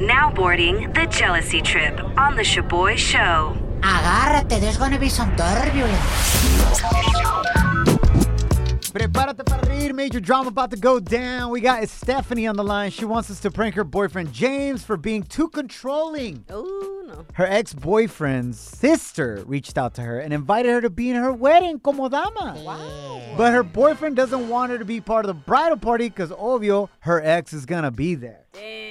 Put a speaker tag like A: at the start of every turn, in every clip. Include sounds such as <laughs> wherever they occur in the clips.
A: Now boarding the jealousy trip on the Shaboy Show.
B: Agárrate, there's gonna be some turbulence.
C: Prepárate para reír. Major drama about to go down. We got Stephanie on the line. She wants us to prank her boyfriend James for being too controlling.
D: Oh, no.
C: Her ex boyfriend's sister reached out to her and invited her to be in her wedding como dama. But her boyfriend doesn't want her to be part of the bridal party because, obvio, her ex is going to be there.
D: Damn.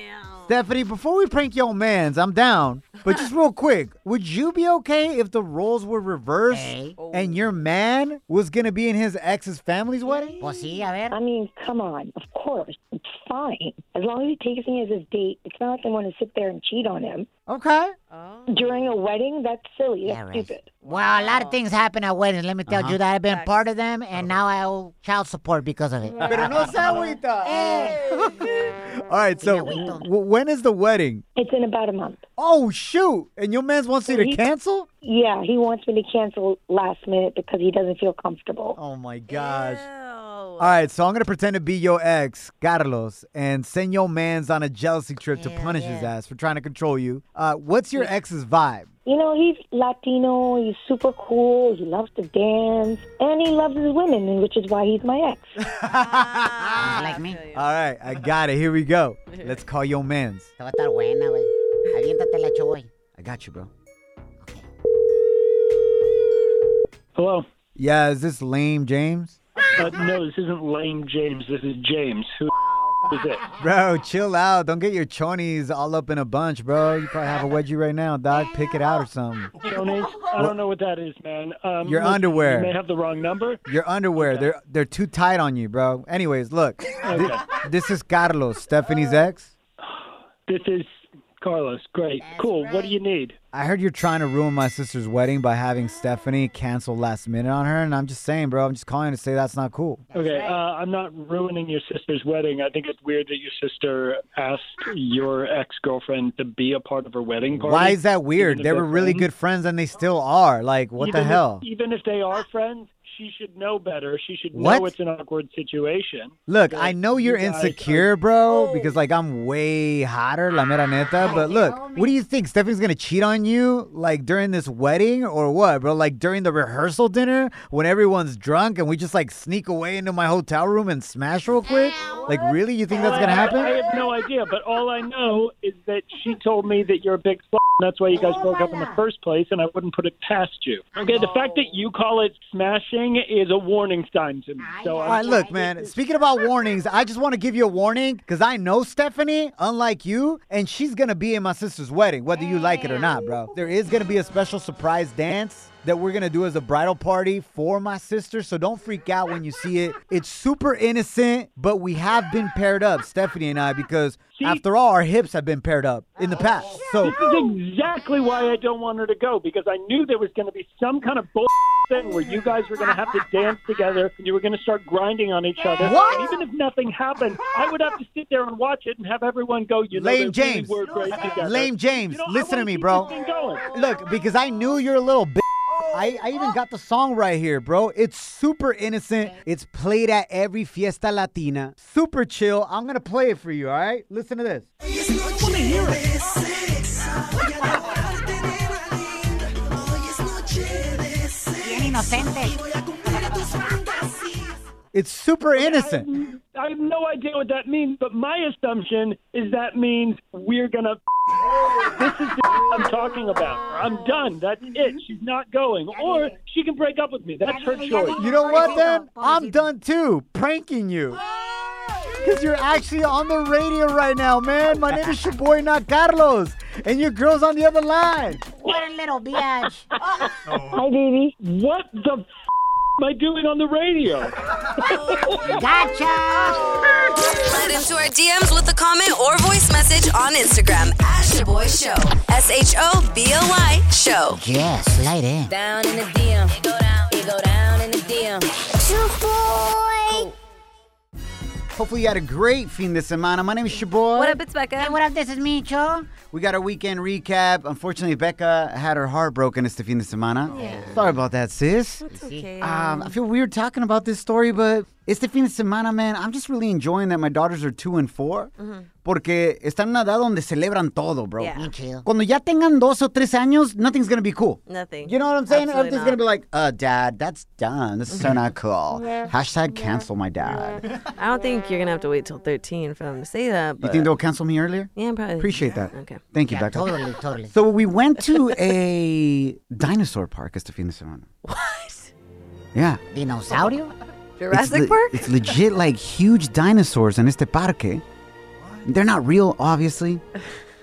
C: Stephanie, before we prank your mans, I'm down. But just real quick, would you be okay if the roles were reversed
B: Hey.
C: and your man was going to be in his ex's family's wedding?
B: Pues sí, a ver.
E: I mean, come on. Of course. It's fine. As long as he takes me as his date, it's not like I want to sit there and cheat on him.
C: Okay.
E: During a wedding, that's silly. That's
B: Yeah, right.
E: stupid.
B: Well, a lot of things happen at weddings. Let me tell you that I've been part of them, and now I owe child support because of it.
C: Pero no se agüita. <laughs> All right, so w- when is the wedding?
E: It's in about a month.
C: Oh, shoot. And your man wants you to cancel?
E: Yeah, he wants me to cancel last minute because he doesn't feel comfortable.
C: Oh my gosh. All right, so I'm gonna pretend to be your ex, Carlos, and send your man's on a jealousy trip to punish his ass for trying to control you. Uh, what's your ex's vibe?
E: You know, he's Latino. He's super cool. He loves to dance. And he loves his women, and which is why he's my ex.
B: Sounds like me. Te
C: All right, I got it. Here we go. Let's call your man's.
B: va a estar buena, güey. Aviéntate la choy.
C: I got you, bro.
F: Hello.
C: Yeah, is this lame James?
F: Uh, no, this isn't Lame James. This is James. Who is it?
C: Bro, chill out. Don't get your chonies all up in a bunch, bro. You probably have a wedgie right now, dog. Pick it out or something.
F: Jonas? I don't know what that is, man. Um,
C: Your
F: listen,
C: underwear.
F: You may have the wrong number.
C: Your underwear, they're they're too tight on you, bro. Anyways, look. thi- this is Carlos, Stephanie's ex.
F: This is Carlos. Great. cool. What do you need?
C: I heard you're trying to ruin my sister's wedding by having Stephanie cancel last minute on her, and I'm just saying, bro, I'm just calling to say that's not cool.
F: okay. Uh, I'm not ruining your sister's wedding. I think it's weird that your sister asked your ex girlfriend to be a part of her wedding party.
C: Why is that
F: Even
C: weird?
F: if
C: They
F: they're
C: were really
F: friends?
C: good friends, and they still are. Like, what
F: Even
C: the
F: if-
C: hell?
F: even if they are friends, she should know better. She should
C: What?
F: know it's an awkward situation.
C: Look,
F: that
C: I know you're
F: you guys are-
C: insecure, bro, because like I'm way hotter, la mera neta. But look, what do you think? Stephanie's gonna cheat on you like during this wedding or what, bro? Like during the rehearsal dinner when everyone's drunk and we just like sneak away into my hotel room and smash real quick? Like, really? You think that's gonna happen?
F: I have no idea, but all I know is that she told me that you're a big slut, and that's why you guys
C: Oh
F: broke up in the first place, and I wouldn't put it past you. Okay, the fact that you call it smashing is a warning sign to me. So uh,
C: All right,
F: I'm,
C: look, man. Speaking about warnings, I just want to give you a warning because I know Stephanie, unlike you, and she's gonna be in my sister's wedding, whether you like it or not, bro. There is gonna be a special surprise dance that we're gonna do as a bridal party for my sister, so don't freak out when you see it. It's super innocent, but we have been paired up, Stephanie and I, because after all, our hips have been paired up in the past. So.
F: uh, this is exactly why I don't want her to go because I knew there was going to be some kind of bull <laughs> thing where you guys were going to have to dance together and you were going to start grinding on each other.
C: What?
F: And even if nothing happened, I would have to sit there and watch it and have everyone go, you know,
C: Lame
F: they really
C: James.
F: were great together.
C: Lame James,
F: You know, I
C: listen to
F: wanna
C: me,
F: keep
C: bro.
F: this thing going.
C: Look, because I knew you're a little bitch. I, I even got the song right here, bro. It's super innocent. It's played at every fiesta latina. Super chill. I'm gonna play it for you, all right? Listen to this.
B: Bien inocente.
C: It's super innocent.
F: I have no idea what that means, but my assumption is that means we're gonna. this is the I'm talking about. I'm done. That's it. She's not going, or she can break up with me. That's her choice.
C: You know what, then? I'm done too, pranking you. Because you're actually on the radio right now, man. My name is your boy, not Carlos. And your girl's on the other line.
B: What a little biatch.
E: Hi, baby.
F: What the? F- am I doing on the radio?
B: Gotcha.
D: Slide into our DMs with a comment or voice message on Instagram at Shaboy Show. S H O B O Y Show.
B: Yeah, slide in.
D: Down in the DM. You go down. You go down in the DM.
C: Hopefully, you had a great fin de semana. My name is Shaboy.
D: What up, it's Becca.
B: Hey, what up? This is Micho.
C: We got our weekend recap. Unfortunately, Becca had her heart broken este fin de semana. Sorry about that, sis.
D: Oh. Okay.
C: Um, I feel weird talking about this story, but este fin de semana, man, I'm just really enjoying that my daughters are two and 4 porque están en una edad donde celebran todo, bro.
D: Mm-hmm. Yeah.
B: Me too.
C: Cuando ya tengan dos o tres años, nothing's gonna be cool.
D: Nothing.
C: You know what I'm saying?
D: Absolutely
C: Everything's gonna be like, uh, dad, that's done. This is so not
D: <laughs>
C: cool. Hashtag cancel my dad.
D: I don't think you're gonna have to wait till 13 for them to say that.
C: You
D: But
C: think they'll cancel me earlier?
D: yeah, probably.
C: Appreciate that.
D: Okay.
C: Thank you,
B: Yeah,
C: Becca.
B: totally, totally.
C: So we went
D: <laughs>
C: to a dinosaur park este fin de semana.
D: What?
C: Yeah.
B: Dinosaurio?
D: Jurassic
C: it's le-
D: Park?
C: It's legit like huge dinosaurs in este parque. They're not real,
D: <laughs>
C: obviously.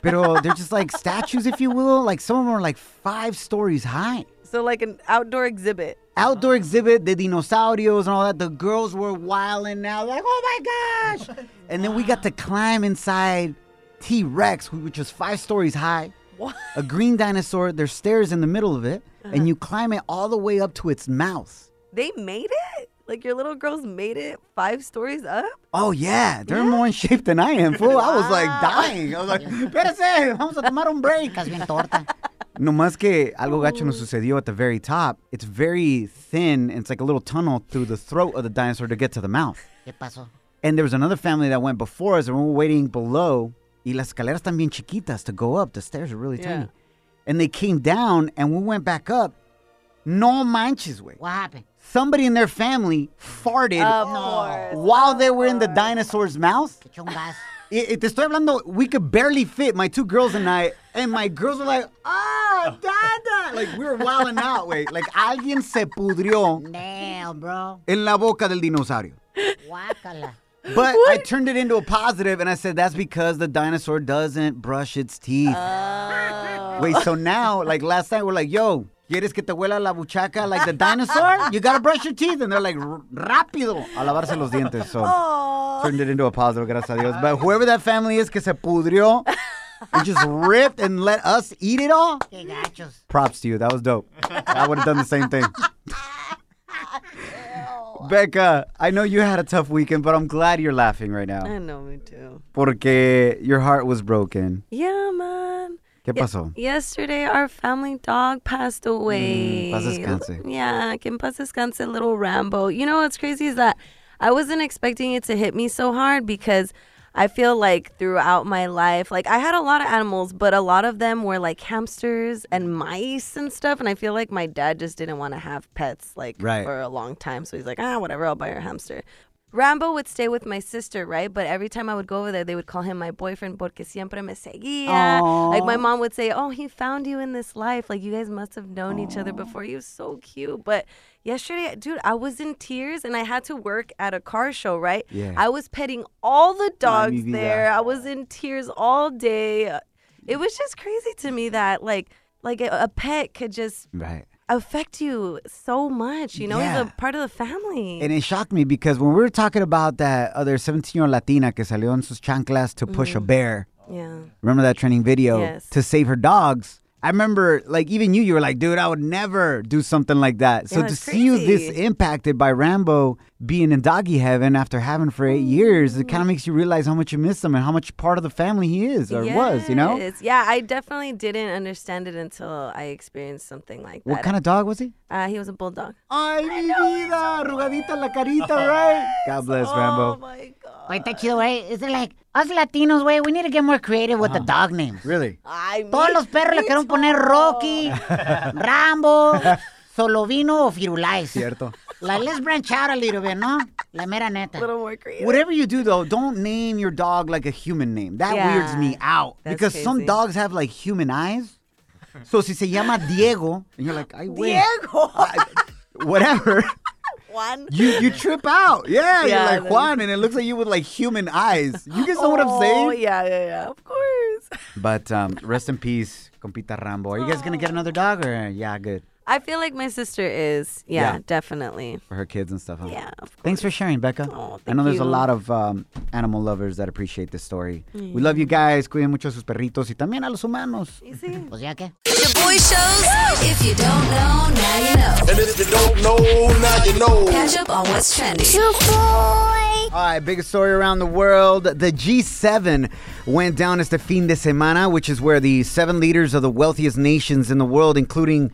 C: Pero they're just like statues, if you will. Like some of them are like five stories high.
D: So like an outdoor exhibit.
C: Outdoor exhibit, the dinosaurios and all that. The girls were wilding now, like, oh my gosh. And then we got to climb inside T Rex, which was five stories high.
D: What?
C: A green dinosaur, there's stairs in the middle of it,
B: Uh-huh.
C: and you climb it all the way up to its mouth.
D: They made it? Like your little girls made it five stories up?
C: Oh yeah, they're more in shape than I am, fool. I was like dying. I was like, espérese, vamos a tomar un break.
B: Estás bien torta.
C: No más que algo gacho nos sucedió at the very top. It's very thin, and it's like a little tunnel through the throat of the dinosaur to get to the mouth.
B: ¿Qué pasó?
C: And there was another family that went before us, and we were waiting below. Y las escaleras están bien chiquitas to go up. The stairs are really
D: Yeah.
C: tiny. And they came down, and we went back up. No manches, way.
B: What happened?
C: Somebody in their family farted
D: Of course.
C: while they were in the dinosaur's mouth.
B: Echó un gas.
C: Eh, eh, te estoy hablando, we could barely fit, my two girls and I, and my girls were like, ah, dada. Like, we were wilding out, wait. Like, alguien se pudrió
B: Damn, bro.
C: en la boca del dinosaurio.
B: Guácala.
C: But I turned it into a positive, and I said, that's because the dinosaur doesn't brush its teeth. Wait, so now, like last night, we're like, yo, ¿quieres que te huela la buchaca like the dinosaur? You gotta brush your teeth. And they're like, "R- rápido, a lavarse los dientes. So, turned it into a positive, gracias a Dios. But whoever that family is que se pudrió and just ripped and let us eat it all,
B: Qué gachos.
C: props to you. That was dope. I would have done the same thing. Becca, I know you had a tough weekend, but I'm glad you're laughing right
D: I
C: now.
D: know me too.
C: Porque your heart was broken.
D: Yeah, man.
C: ¿Qué pasó?
D: Yesterday, our family dog passed away.
C: Mm, paz descanse.
D: Yeah, que en paz descanse, little Rambo. You know what's crazy is that I wasn't expecting it to hit me so hard because I feel like throughout my life, like I had a lot of animals, but a lot of them were like hamsters and mice and stuff. And I feel like my dad just didn't want to have pets like
C: Right.
D: for a long time. So he's like, ah, whatever, I'll buy her a hamster. Rambo would stay with my sister, right? But every time I would go over there, they would call him my boyfriend porque siempre me seguía. Like my mom would say, "Oh, he found you in this life. Like you guys must have known each other before. He was so cute." But yesterday, dude, I was in tears and I had to work at a car show, right?
C: Yeah.
D: I was petting all the dogs
C: vida.
D: there. I was in tears all day. It was just crazy to me that like like a, a pet could just
C: Right.
D: affect you so much. You know, he's
C: Yeah.
D: a part of the family.
C: And it shocked me because when we were talking about that other 17 year old Latina que salió en sus chanclas to push a bear,
D: yeah.
C: remember that training video
D: Yes.
C: to save her dogs? I remember, like, even you, you were like, dude, I would never do something like that. So
D: Yeah,
C: to
D: it's
C: see you this
D: crazy.
C: impacted by Rambo being in doggy heaven after having for eight years, it kind
D: Mm.
C: of makes you realize how much you miss him and how much part of the family he is or was, you know?
D: Yes. Yeah, I definitely didn't understand it until I experienced something like that.
C: What kind of dog was he?
D: Uh, he was a bulldog.
C: Ay, mi vida, arrugadita
D: <laughs>
C: la carita, right? God bless
D: Oh
C: Rambo.
D: my god.
B: Wait, está chido, güey. Is it like, us Latinos, güey, we need to get more creative with the dog names.
C: Really?
D: I
B: Todos los perros le quieren poner
C: <laughs>
B: Rocky, Rambo, Solovino o Firulais.
C: Cierto.
B: Like, let's branch out a little bit, ¿no? La mera neta.
D: a little more creative.
C: Whatever you do though, don't name your dog like a human name. That
D: Yeah.
C: weirds me out
D: That's
C: because some
D: crazy.
C: dogs have like human eyes. So si se llama Diego, and you're like, I win.
D: Diego.
C: Whatever.
D: <laughs>
C: <laughs>
D: One.
C: You you trip out. Yeah,
D: Yeah,
C: you're
D: that
C: like Juan, and it looks like you with like human eyes. You guys know what I'm saying?
D: Oh, yeah, yeah, yeah. Of course. <laughs>
C: But um, rest in peace, compita Rambo. Are you guys gonna get another dog or yeah, good?
D: I feel like my sister is. Yeah,
C: Yeah.
D: definitely.
C: for her kids and stuff. Huh?
D: Yeah, of
C: Thanks for sharing, Becca.
D: Oh,
C: I
D: thank
C: know there's a
D: you.
C: lot of um, animal lovers that appreciate this story. We love you guys. Cuiden mucho a sus perritos y también a los humanos.
D: You see?
B: Pues ya que.
G: Boy shows. If you don't know, now you know.
H: And if you don't know, now you know.
G: Catch up on what's trending.
C: All right, biggest story around the world. The G7 went down este fin de semana, which is where the seven leaders of the wealthiest nations in the world, including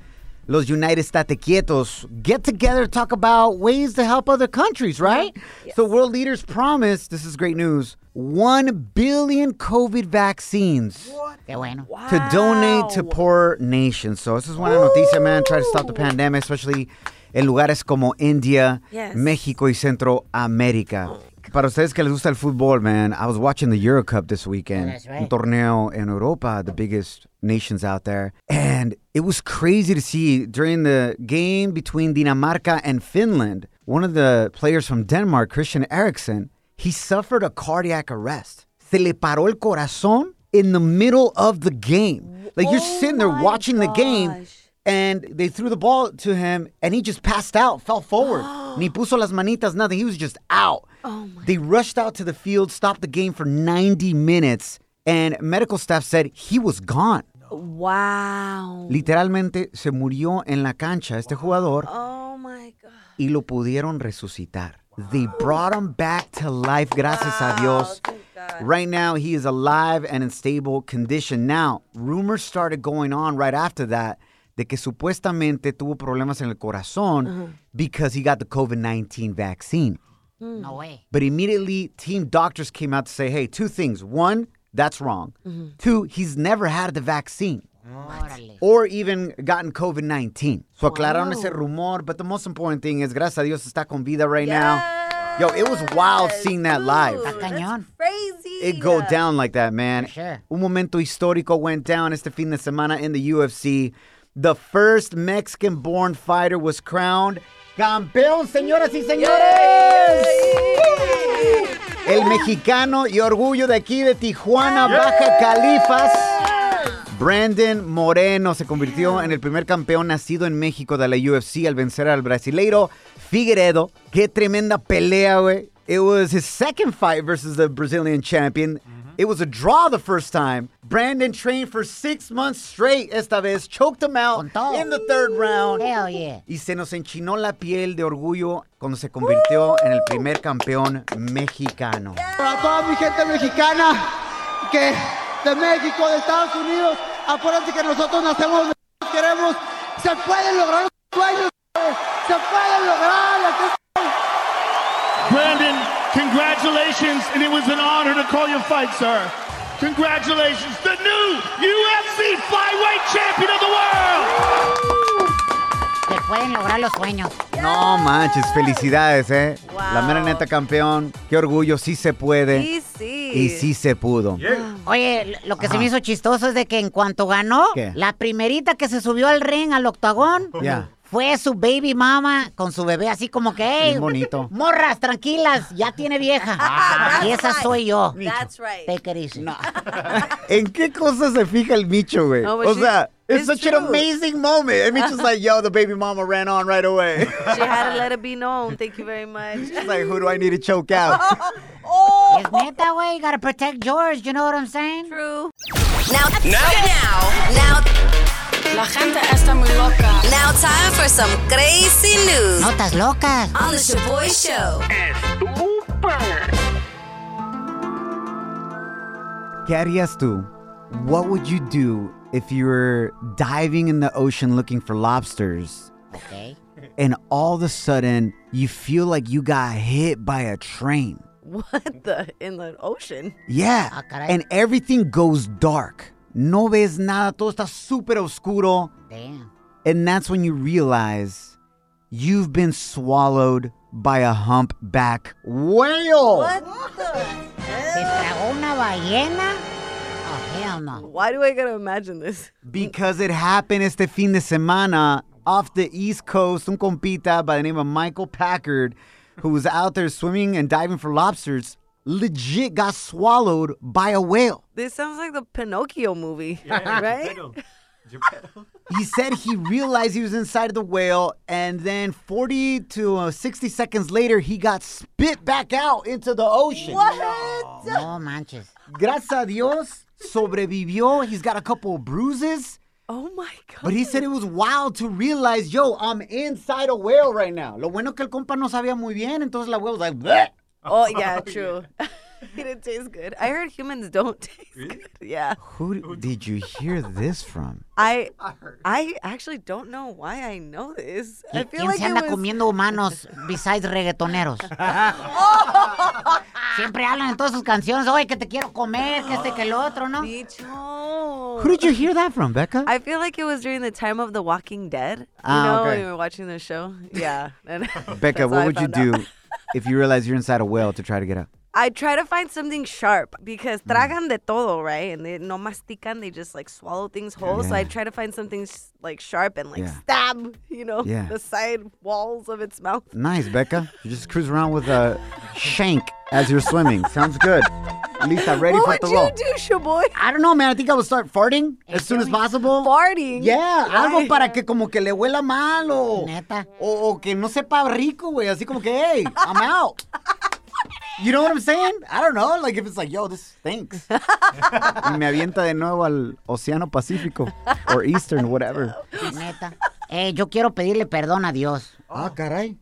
C: Los United State Quietos, get together to talk about ways to help other countries, right? So, world leaders promised this is great news 1 billion COVID vaccines
B: Qué bueno.
C: to donate to poor nations. So, this is one noticia, man. Try to stop the pandemic, especially en lugares como India,
D: Yes.
C: México y Centro América. Para ustedes que les gusta el fútbol, man, I was watching the Euro Cup this weekend.
B: that's right.
C: Un torneo in Europa, the biggest nations out there. And it was crazy to see during the game between Dinamarca and Finland, one of the players from Denmark, Christian Eriksen, he suffered a cardiac arrest. Se le paró el corazón in the middle of the game. Like you're sitting there watching the game and they threw the ball to him and he just passed out, fell forward. Ni puso las manitas, nothing. He was just out. they rushed out to the field, stopped the game for 90 minutes, and medical staff said he was gone.
D: Wow.
C: Literalmente se murió en la cancha este jugador
D: Oh my God.
C: y lo pudieron resucitar. They brought him back to life, gracias a Dios. Right now, he is alive and in stable condition. Now, rumors started going on right after that de que supuestamente tuvo problemas en el corazón because he got the COVID 19 vaccine. Mm.
B: No way.
C: But immediately, team doctors came out to say, hey, two things. One, that's wrong. Two, he's never had the vaccine
B: Órale.
C: or even gotten COVID 19. So aclararon ese rumor, but the most important thing is, gracias a Dios, está con vida right now. Yo, it was wild seeing that live.
D: Ooh, that's
B: Cañón.
D: crazy.
C: It go down like that, man.
B: sure.
C: Un momento histórico went down este fin de semana in the UFC. The first Mexican-born fighter was crowned campeón, señoras y señores. El mexicano y orgullo de aquí de Tijuana, Baja Califas. Brandon Moreno se convirtió en el primer campeón nacido en México de la UFC al vencer al brasileiro Figueredo. Qué tremenda pelea, güey. It was his second fight versus the Brazilian champion. It was a draw the first time. Brandon trained for six months straight esta vez, choked him out
B: Con todo.
C: in the third round.
B: Hell yeah.
C: Y se nos enchinó la piel de orgullo cuando se convirtió en el primer campeón mexicano.
I: Para toda mi gente mexicana, que de México, de Estados Unidos, acuérdense que nosotros nacemos, mexicanos, queremos, se pueden lograr los sueños, eh, se pueden lograr. aquí
F: Brandon, congratulations, and it was an honor to call your fight, sir. Congratulations, the new UFC flyweight champion of the world.
B: Se pueden lograr los sueños.
C: No manches, felicidades, eh. La mera
D: Wow.
C: neta campeón. Qué orgullo, sí se puede.
D: Y sí.
C: Y sí se pudo.
B: Oye, lo- lo que se me hizo chistoso es de que en cuanto ganó,
C: ¿Qué?
B: la primerita que se subió al ring, al octagón,
C: Ya.
B: fue su baby mama con su bebé, así como que, hey,
C: Bien bonito.
B: morras, tranquilas, ya
D: <laughs>
B: tiene vieja. y esa soy yo.
D: Ah, That's right.
B: Take it easy.
C: ¿En qué cosas se fija el Micho, güey?
D: No, but
C: o
D: she-
C: sea, it's,
D: it's
C: such an
D: true.
C: amazing moment. And Micho's like, yo, the baby mama ran on right
D: <laughs>
C: away.
D: She had to let it be known. Thank you very
J: <laughs>
D: much.
C: She's like, who do I need to choke
D: <laughs>
C: out?
D: oh,
B: Es neta, güey, gotta protect George, you know what I'm saying?
D: true.
G: Now, now, now,
J: La gente está muy loca.
G: now, time for some crazy news
B: Notas locas.
G: on the Shaboy Show.
C: ¿Qué harías tú? What would you do if you were diving in the ocean looking for lobsters
B: Okay.
C: and all of a sudden you feel like you got hit by a train?
D: What the? In the ocean?
C: Yeah.
B: Ah, caray.
C: and everything goes dark. No ves nada, todo está súper oscuro.
B: Damn.
C: And that's when you realize you've been swallowed by a humpback whale.
D: What the?
B: ¿Te tragó una ballena? Oh, hell no.
D: Why do I gotta imagine this?
C: Because it happened este fin de semana off the East Coast. Un compita by the name of Michael Packard, who was out there swimming and diving for lobsters, legit got swallowed by a whale.
D: This sounds like the Pinocchio movie, <laughs> right?
C: He said he realized he was inside the whale, and then 40 to uh, 60 seconds later, he got spit back out into the ocean.
D: What?
B: No manches.
C: Gracias a Dios, sobrevivió. He's got a couple of bruises,
D: Oh my god.
C: but he said it was wild to realize, yo, I'm inside a whale right now. Lo bueno que el compa no sabía muy bien, entonces la whale was like, "Bleh." <laughs>
D: Oh yeah, true. <laughs> it didn't taste good. I heard humans don't <laughs> taste good.
C: <laughs>
D: Yeah.
C: Who did you hear this from?
D: I I actually don't know why I know this. I feel
B: ¿Quién
D: like
B: se
D: it
B: anda
D: was
B: comiendo humanos besides reggaetoneros?
D: <laughs>
B: Siempre hablan en todas sus canciones, oye, que te quiero comer, que este, que el otro, ¿no?
D: Bicho.
C: Who did you hear that from, Becca?
D: I feel like it was during the time of The Walking Dead. You
C: Ah,
D: know,
C: okay.
D: when we were watching the show. <laughs> Yeah. And
C: Becca,
D: that's how
C: what
D: I
C: would you
D: found out.
C: do if you realize you're inside a whale to try to get up?
D: I try to find something sharp because
C: Mm.
D: tragan de todo, right? And they no mastican, they just like swallow things whole. So I
C: Yeah.
D: try to find something s- like sharp and like
C: Yeah.
D: stab, you know,
C: Yeah.
D: the side walls of its mouth.
C: Nice, Becca. You just cruise around with a shank as you're swimming. Sounds good. Lisa, ready
D: what
C: for
D: would
C: the
D: you
C: roll.
D: do, Shaboy?
C: I don't know, man. I think I would start farting as soon as possible.
D: Farting.
C: Yeah, algo
D: Why?
C: para que como que le huela mal o,
B: Neta.
C: o, o que no sepa rico, güey. Así como que, hey, I'm out. You know what I'm saying? I don't know. Like if it's like, yo, this stinks. y me avienta de nuevo al Océano Pacífico or Eastern, whatever.
B: Neta. Eh, yo quiero pedirle perdón a Dios.
C: Ah, caray.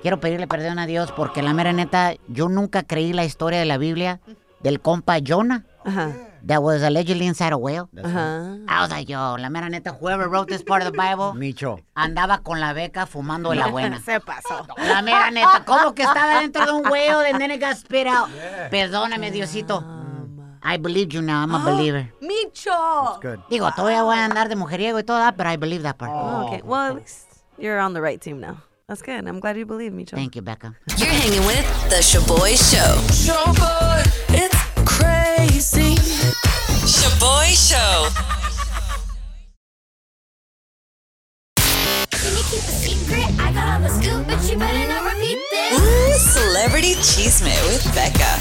B: Quiero pedirle perdón a Dios porque la mera neta, yo nunca creí la historia de la Biblia del compa Jonah
D: Uh-huh.
B: that was allegedly inside a whale.
D: Uh-huh.
B: I was like, yo, la mera neta, whoever wrote this part of the Bible
C: Micho.
B: andaba con la beca fumando de la buena.
D: <laughs> Se pasó.
B: La mera neta, ¿cómo que estaba dentro de un huevo de nene got spit out? Perdóname, Diosito. I believe you now, I'm a believer.
D: Micho.
C: Good.
B: Digo, todavía voy a andar de mujeriego y todo, ah, but I believe that part.
D: Oh, Okay. Well, at least you're on the right team now. That's good. I'm glad you believe, Micho.
B: Thank you, Becca.
G: You're hanging with The Shaboy Show. Shaboy, it's crazy. Shaboy Show. Ooh, Celebrity Cheesemate with Becca.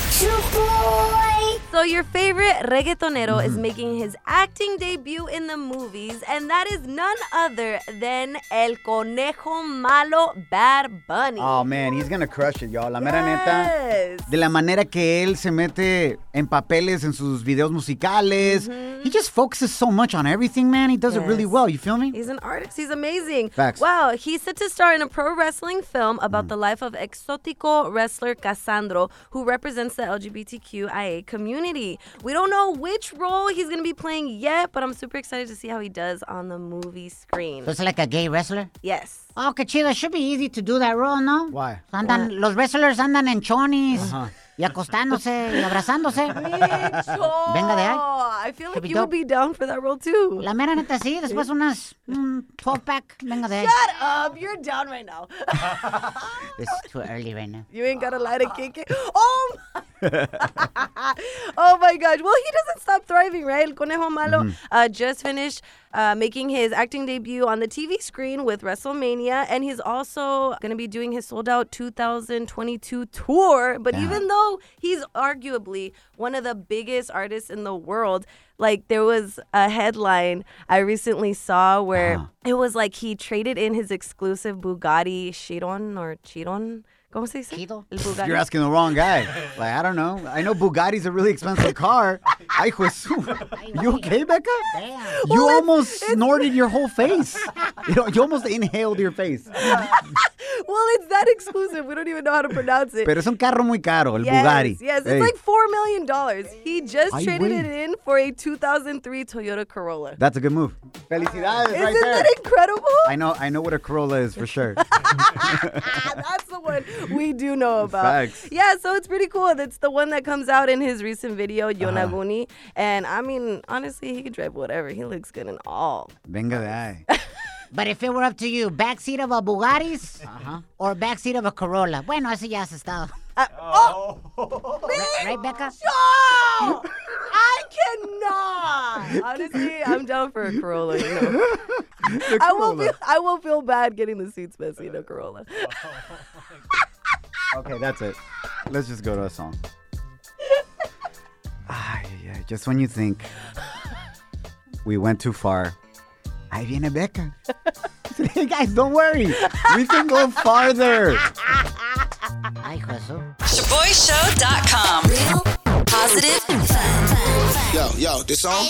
D: So your favorite reggaetonero is making his acting debut in the movies, and that is none other than El Conejo Malo Bad Bunny.
C: Oh man, he's gonna crush it, y'all. La mera neta.
D: yes.
C: De la manera que él se mete en papeles en sus videos musicales. He just focuses so much on everything, man. He does it really
D: Yes.
C: well. You feel me?
D: He's an artist. He's amazing.
C: Facts.
D: Wow. He's set to star in a pro wrestling film
B: Mm.
D: about the life of exotico wrestler Casandro, who represents the LGBTQIA community. We don't know which role he's going to be playing yet, but I'm super excited to see how he does on the movie screen.
B: So it's like a gay wrestler? <laughs>
D: Yes.
B: Oh, qué chido. It should be easy to do that role, ¿no?
C: Why?
B: Andan, los wrestlers andan en chonis y acostándose y abrazándose. Venga de ahí.
D: I feel like
B: Happy
D: you would
B: dog.
D: be down for that role too.
B: La mera neta, sí. Después unas, un 12-pack. Venga de ahí.
D: Shut up. You're down right now.
B: It's too early right now.
D: You ain't got a lot of kick.
B: <laughs>
D: it. Oh my, oh my gosh. Well, he doesn't stop thriving, right? El Conejo Malo
C: Mm-hmm.
D: uh, just finished uh, making his acting debut on the TV screen with WrestleMania, and he's also going to be doing his sold out 2022 tour. But even though he's arguably one of the biggest artists in the world, like there was a headline I recently saw where
C: Uh-huh.
D: it was like he traded in his exclusive Bugatti Chiron or Chiron. ¿Cómo se dice?
B: Chido.
D: El Bugatti.
C: You're asking the wrong guy. Like, I don't know. I know Bugatti's a really expensive car. Ay, Jesús. You okay, Becca?
B: Damn.
C: You almost snorted your
D: <laughs>
C: whole face. You, know, you almost inhaled your face.
D: Well, it's that exclusive. We don't even know how to
C: <laughs>
D: pronounce it.
C: Pero es un carro muy caro, el
D: yes,
C: Bugatti.
D: yes, it's
C: Hey.
D: like four million dollars. He just
C: Ay,
D: traded
C: güey.
D: it in for a 2003 Toyota Corolla.
C: That's a good move. Felicidades
D: Isn't
C: right there.
D: that incredible?
C: I know I know what a Corolla is for sure.
D: Ah, <laughs> that's the one we do know about.
C: Facts.
D: Yeah, so it's pretty cool. That's the one that comes out in his recent video,
C: Uh-huh.
D: Yonaguni. And I mean, honestly, he could drive whatever. He looks good in all.
C: Venga de ahí.
B: But if it were up to you, backseat of a Bugatti's or backseat of a Corolla. Bueno, ese ya has estado. Right,
D: <laughs>
B: right, Becca?
D: Oh, I cannot. Honestly, I'm down for a Corolla. You know? <laughs>
C: <laughs>
D: I will feel I will feel bad getting the seats messy in a Corolla.
C: Okay, that's it. Let's just go to a song. Ay, ay, ay, just when you think We went too far. Ahí viene Becca. <laughs> I said, hey guys, don't worry. We can go farther.
B: Ay, Jesús.
G: ShaboyShow.com. Real, positive, fun.
H: Yo, yo, this song?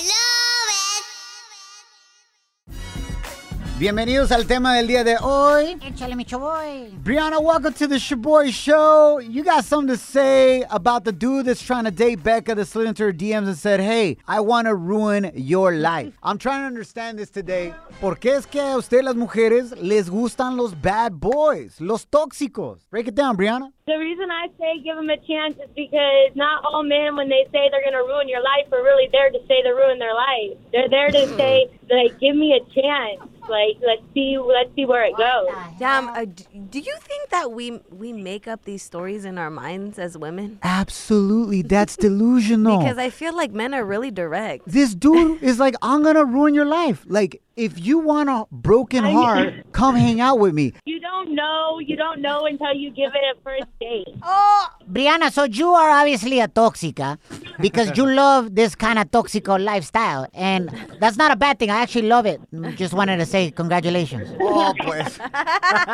C: Bienvenidos al tema del día de hoy.
B: Échale, mi chavoy.
C: Brianna, welcome to the Shaboy Show. You got something to say about the dude that's trying to date Becca that slid into her DMs and said, Hey, I want to ruin your life. I'm trying to understand this today. ¿Por qué es que a ustedes las mujeres les gustan los bad boys, los tóxicos? Break it down, Brianna.
K: The reason I say give them a chance is because not all men, when they say they're going to ruin your life, are really there to say they're ruining their life. They're there to say, like, give me a chance. Like, let's see, let's see where it goes.
D: Damn, uh, d- do you think that we we make up these stories in our minds as women?
C: Absolutely. That's delusional.
D: Because I feel like men are really direct.
C: this dude is like, I'm going to ruin your life. Like, if you want a broken heart, come hang out with me.
K: You don't know, you don't know until you give it a first date.
B: Brianna, so you are obviously a toxica because you love this kind of toxico lifestyle. And that's not a bad thing. I actually love it. Just wanted to say congratulations.
C: Oh, pues.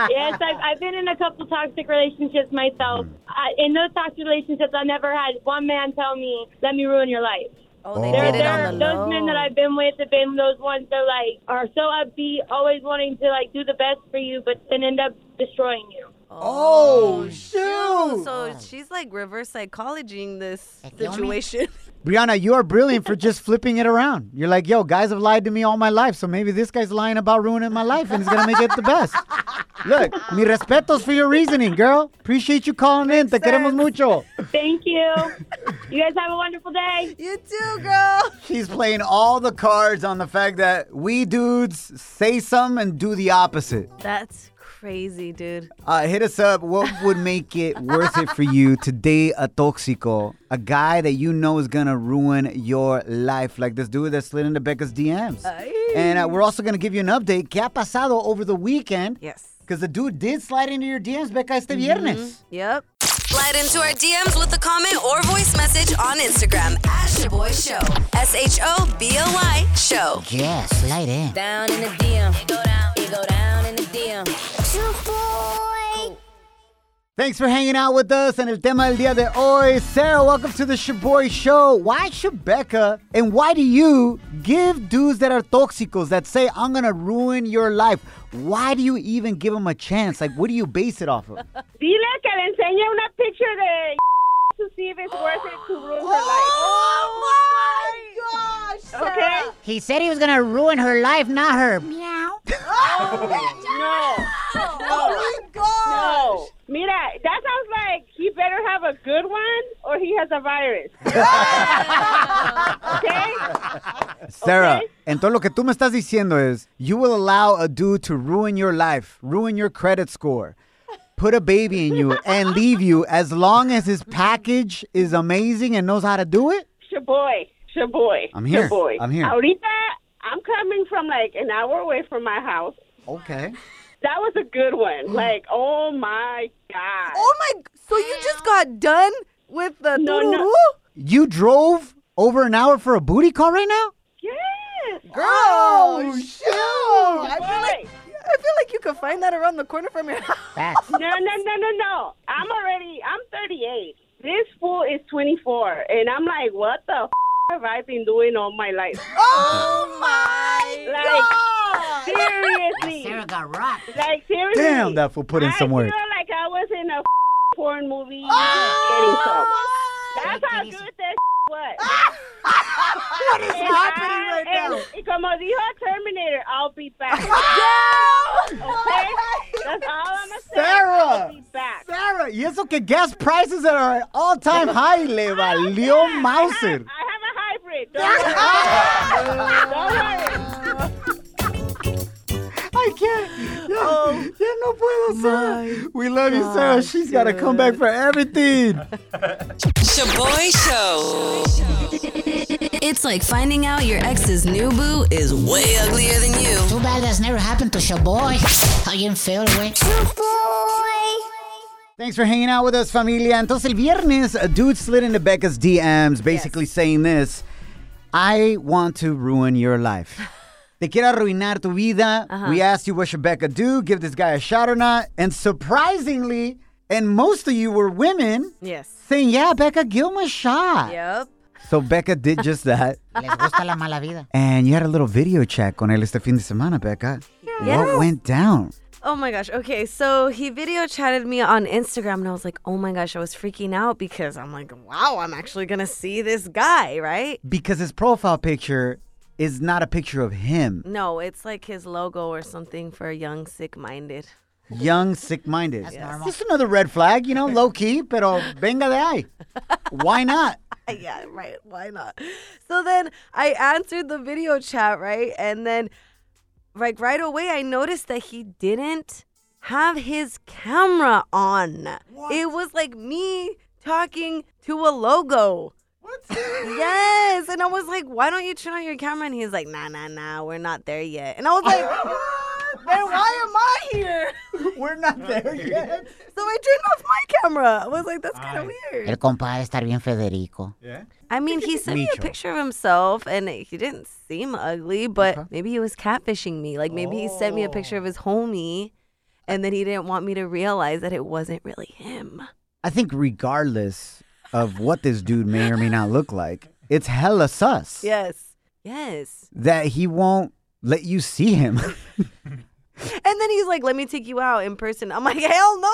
K: yes, I've, I've been in a couple toxic relationships myself. I, in those toxic relationships, I never had one man tell me, "Let me ruin your life."
D: Oh, they
C: Oh.
D: did it
K: There,
D: on the low.
K: those men that I've been with have been those ones that like are so upbeat, always wanting to like do the best for you, but then end up destroying you.
C: Oh,
D: Oh,
C: shoot.
D: So she's like reverse psychologying this
B: you want me?
D: situation. <laughs>
C: Brianna, you are brilliant for just flipping it around. You're like, yo, guys have lied to me all my life, so maybe this guy's lying about ruining my life and he's gonna make it the best. Look, mi respetos for your reasoning, girl. Appreciate you calling in. Te queremos mucho.
D: <laughs>
K: Thank you. you guys have a wonderful day.
D: you too, girl.
C: She's playing all the cards on the fact that we dudes say some and do the opposite.
D: That's crazy, dude.
C: Uh, hit us up. What would make it worth it for you to date a toxico, a guy that you know is gonna ruin your life, like this dude that slid into Becca's DMs? And uh, we're also gonna give you an update. ¿Qué ha pasado over the weekend?
D: Yes.
C: Because the dude did slide into your DMs, Becca, este viernes.
D: Yep.
G: Slide into our DMs with a comment or voice message on Instagram at Shaboy Show. S H O B O Y Show.
B: Yes, slide in.
G: Down in the DM. It go down. It go down in the DM. Shaboy.
C: Thanks for hanging out with us and el tema del día de hoy. Sarah, welcome to the Shaboy Show. Why should Becca and why do you give dudes that are toxicos that say, I'm gonna ruin your life? Why do you even give them a chance? Like, what do you base it off of?
K: <laughs> Dile que le enseñe una picture de <laughs> to see if it's worth it to ruin her life.
D: Oh
K: Okay.
B: He said he was going to ruin her life, not her. Meow.
K: No. Mira, that sounds like he better have a good one or he has a virus. okay?
C: Sarah, entonces lo que tú me estás diciendo es, you will allow a dude to ruin your life, ruin your credit score, put a baby in you,
K: <laughs>
C: and leave you as long as his package is amazing and knows how to do it?
K: Shaboy. Shaboy.
C: I'm here.
K: Shaboy.
C: I'm here.
K: Ahorita, I'm coming from like an hour away from my house.
C: Okay.
K: That was a good one. Like, oh my God.
D: Oh my. So you just got done with the
K: No, no.
D: tururú?
C: You drove over an hour for a booty call right now?
K: Yes.
D: Girl. Oh, shoot. I feel
K: Boy.
D: like I feel like you could find that around the corner from your house.
B: Facts.
K: No, no, no, no, no. I'm already, I'm 38. This fool is 24. And I'm like, what the f- have I been doing all my life?
D: Oh my.
K: Like, seriously.
B: Sarah got rocked.
K: Like, seriously.
C: Damn, that fool put in some work.
K: I feel like I was in a porn movie getting some. That's how
B: Getting
K: good that was. what is happening right now? Y como dijo Terminator, I'll be back. okay? That's all I'm going to say.
C: Sarah!
K: I'll be back.
C: Sarah, y eso que gas prices that are at all time high le valió
K: I have
C: Mauser.
K: a hybrid. Don't worry. Don't worry.
C: I can't. Ya,
K: Oh.
C: ya no puedo, Sarah. We love you, Sarah. She's got to come back for everything.
G: Shaboy Show. It's like finding out your ex's new boo is way uglier than you.
B: Too bad that's never happened to your boy. How you feel, güey?
C: Thanks for hanging out with us, familia. Entonces, el viernes, a dude slid into Becca's DMs basically saying this I want to ruin your life. Te quiero arruinar tu vida. We asked you what should Becca do, give this guy a shot or not. And surprisingly, and most of you were women
D: Yes.
C: saying, yeah, Becca, give him a shot.
D: Yep.
C: So Becca did just that.
B: Les gusta la mala vida.
C: And you had a little video chat con él este fin de semana, Becca. What
D: Yes.
C: went down?
D: Oh my gosh. Okay, so he video chatted me on Instagram, and I was like, oh my gosh, I was freaking out because I'm like, wow, I'm actually gonna see this guy, right?
C: Because his profile picture is not a picture of him.
D: No, it's like his logo or something for young, sick-minded.
C: Young, sick-minded. Just another red flag,
D: <laughs>
C: you know, low-key, pero venga de ahí. Why not?
D: <laughs> yeah, right. Why not? So then I answered the video chat, right? And then, like, right away, I noticed that he didn't have his camera on. It was like me talking to a logo. What? yes. And I was like, why don't you turn on your camera? And he's like, nah, nah, nah, we're not there yet. And I
C: <laughs>
D: was like, <laughs> then why am I here?
C: We're not
D: <laughs>
C: there yet.
D: So I turned off my camera. I was like, that's kind of weird.
B: El compa ha de estar bien Federico.
D: I mean, <laughs> he sent me a
C: Micho.
D: picture of himself, and he didn't seem ugly, but maybe he was catfishing me. Like maybe he sent me a picture of his homie, and then he didn't want me to realize that it wasn't really him.
C: I think regardless of what this dude may or may not look like, it's hella sus
D: Yes, yes.
C: that he won't let you see
D: <laughs>
C: him.
D: And then he's like, "Let me take you out in person." I'm like, "Hell <laughs> no,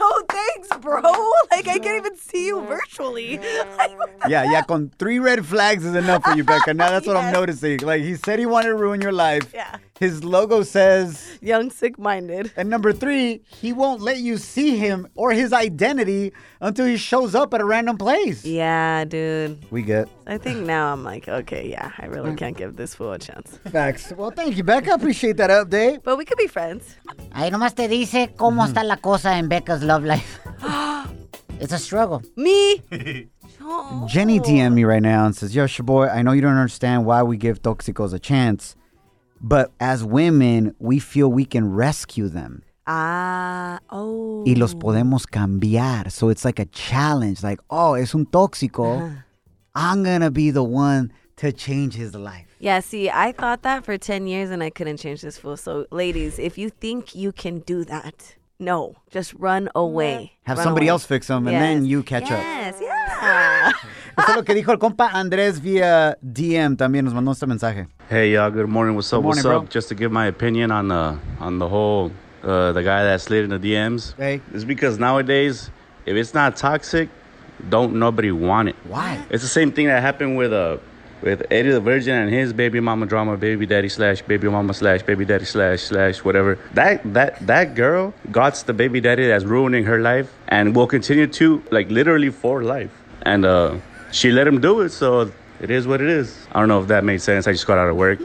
D: no thanks, bro. <laughs> Like I can't even see you virtually." <laughs> Like, what the-
C: yeah, yeah, con three red flags is enough for you, Becca. Now that's what I'm
D: Yes.
C: noticing. Like he said he wanted to ruin your life.
D: Yeah.
C: His logo says
D: Young, sick-minded.
C: and number three, he won't let you see him or his identity until he shows up at a random place.
D: Yeah, dude.
C: We get
D: I think now I'm like, okay, yeah, I really can't give this fool a chance.
C: facts. Well, thank you, Becca. Appreciate that update.
D: But we could be friends.
B: Ahí nomás te dice cómo está la cosa en Becca's love life. It's a struggle.
D: Me? <laughs>
C: Jenny DM'd me right now and says, Yo, Shaboy, I know you don't understand why we give toxicos a chance, but as women, we feel we can rescue them.
D: Ah, oh.
C: Y los podemos cambiar. So it's like a challenge. Like, oh, es un toxico.
D: Uh-huh.
C: I'm going to be the one to change his life.
D: Yeah, see, I thought that for 10 years and I couldn't change this fool. So, ladies, if you think you can do that, no, just run away.
C: Have
D: Run
C: somebody
D: away.
C: else fix him and then you catch up.
D: Yes, yeah.
C: Eso es lo que dijo el compa Andrés via DM. También nos mandó este mensaje.
L: Hey y'all, good morning. What's up?
C: Good
L: What's up?
C: morning, bro.
L: Just to give my opinion on the on the whole uh, the guy that slid in the DMs.
C: Hey.
L: It's because nowadays, if it's not toxic, don't nobody want it.
C: Why?
L: It's the same thing that happened with uh with Eddie the Virgin and his baby mama drama, baby daddy slash baby mama slash baby daddy slash slash whatever. That that that girl got the baby daddy that's ruining her life and will continue to like literally for life. And uh she let him do it, so it is what it is. I don't know if that made sense. I just got out of work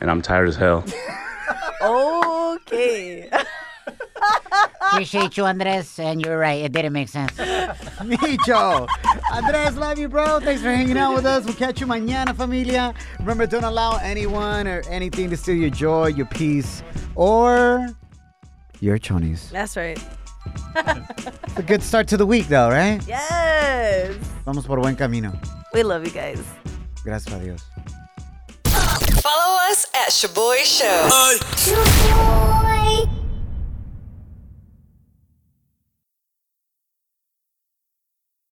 L: and I'm tired as hell.
D: <laughs> okay.
B: Appreciate you, Andres, and you're right. It didn't make sense.
C: Micho. Andres, love you, bro. Thanks for hanging out with us. We'll catch you mañana, familia. Remember, don't allow anyone or anything to steal your joy, your peace, or your chonies.
D: <laughs> That's right.
C: It's a good start to the week, though, right?
D: Yes.
C: Vamos por buen camino.
D: We love you guys.
C: Gracias a Dios.
G: Follow us at Shaboy Show.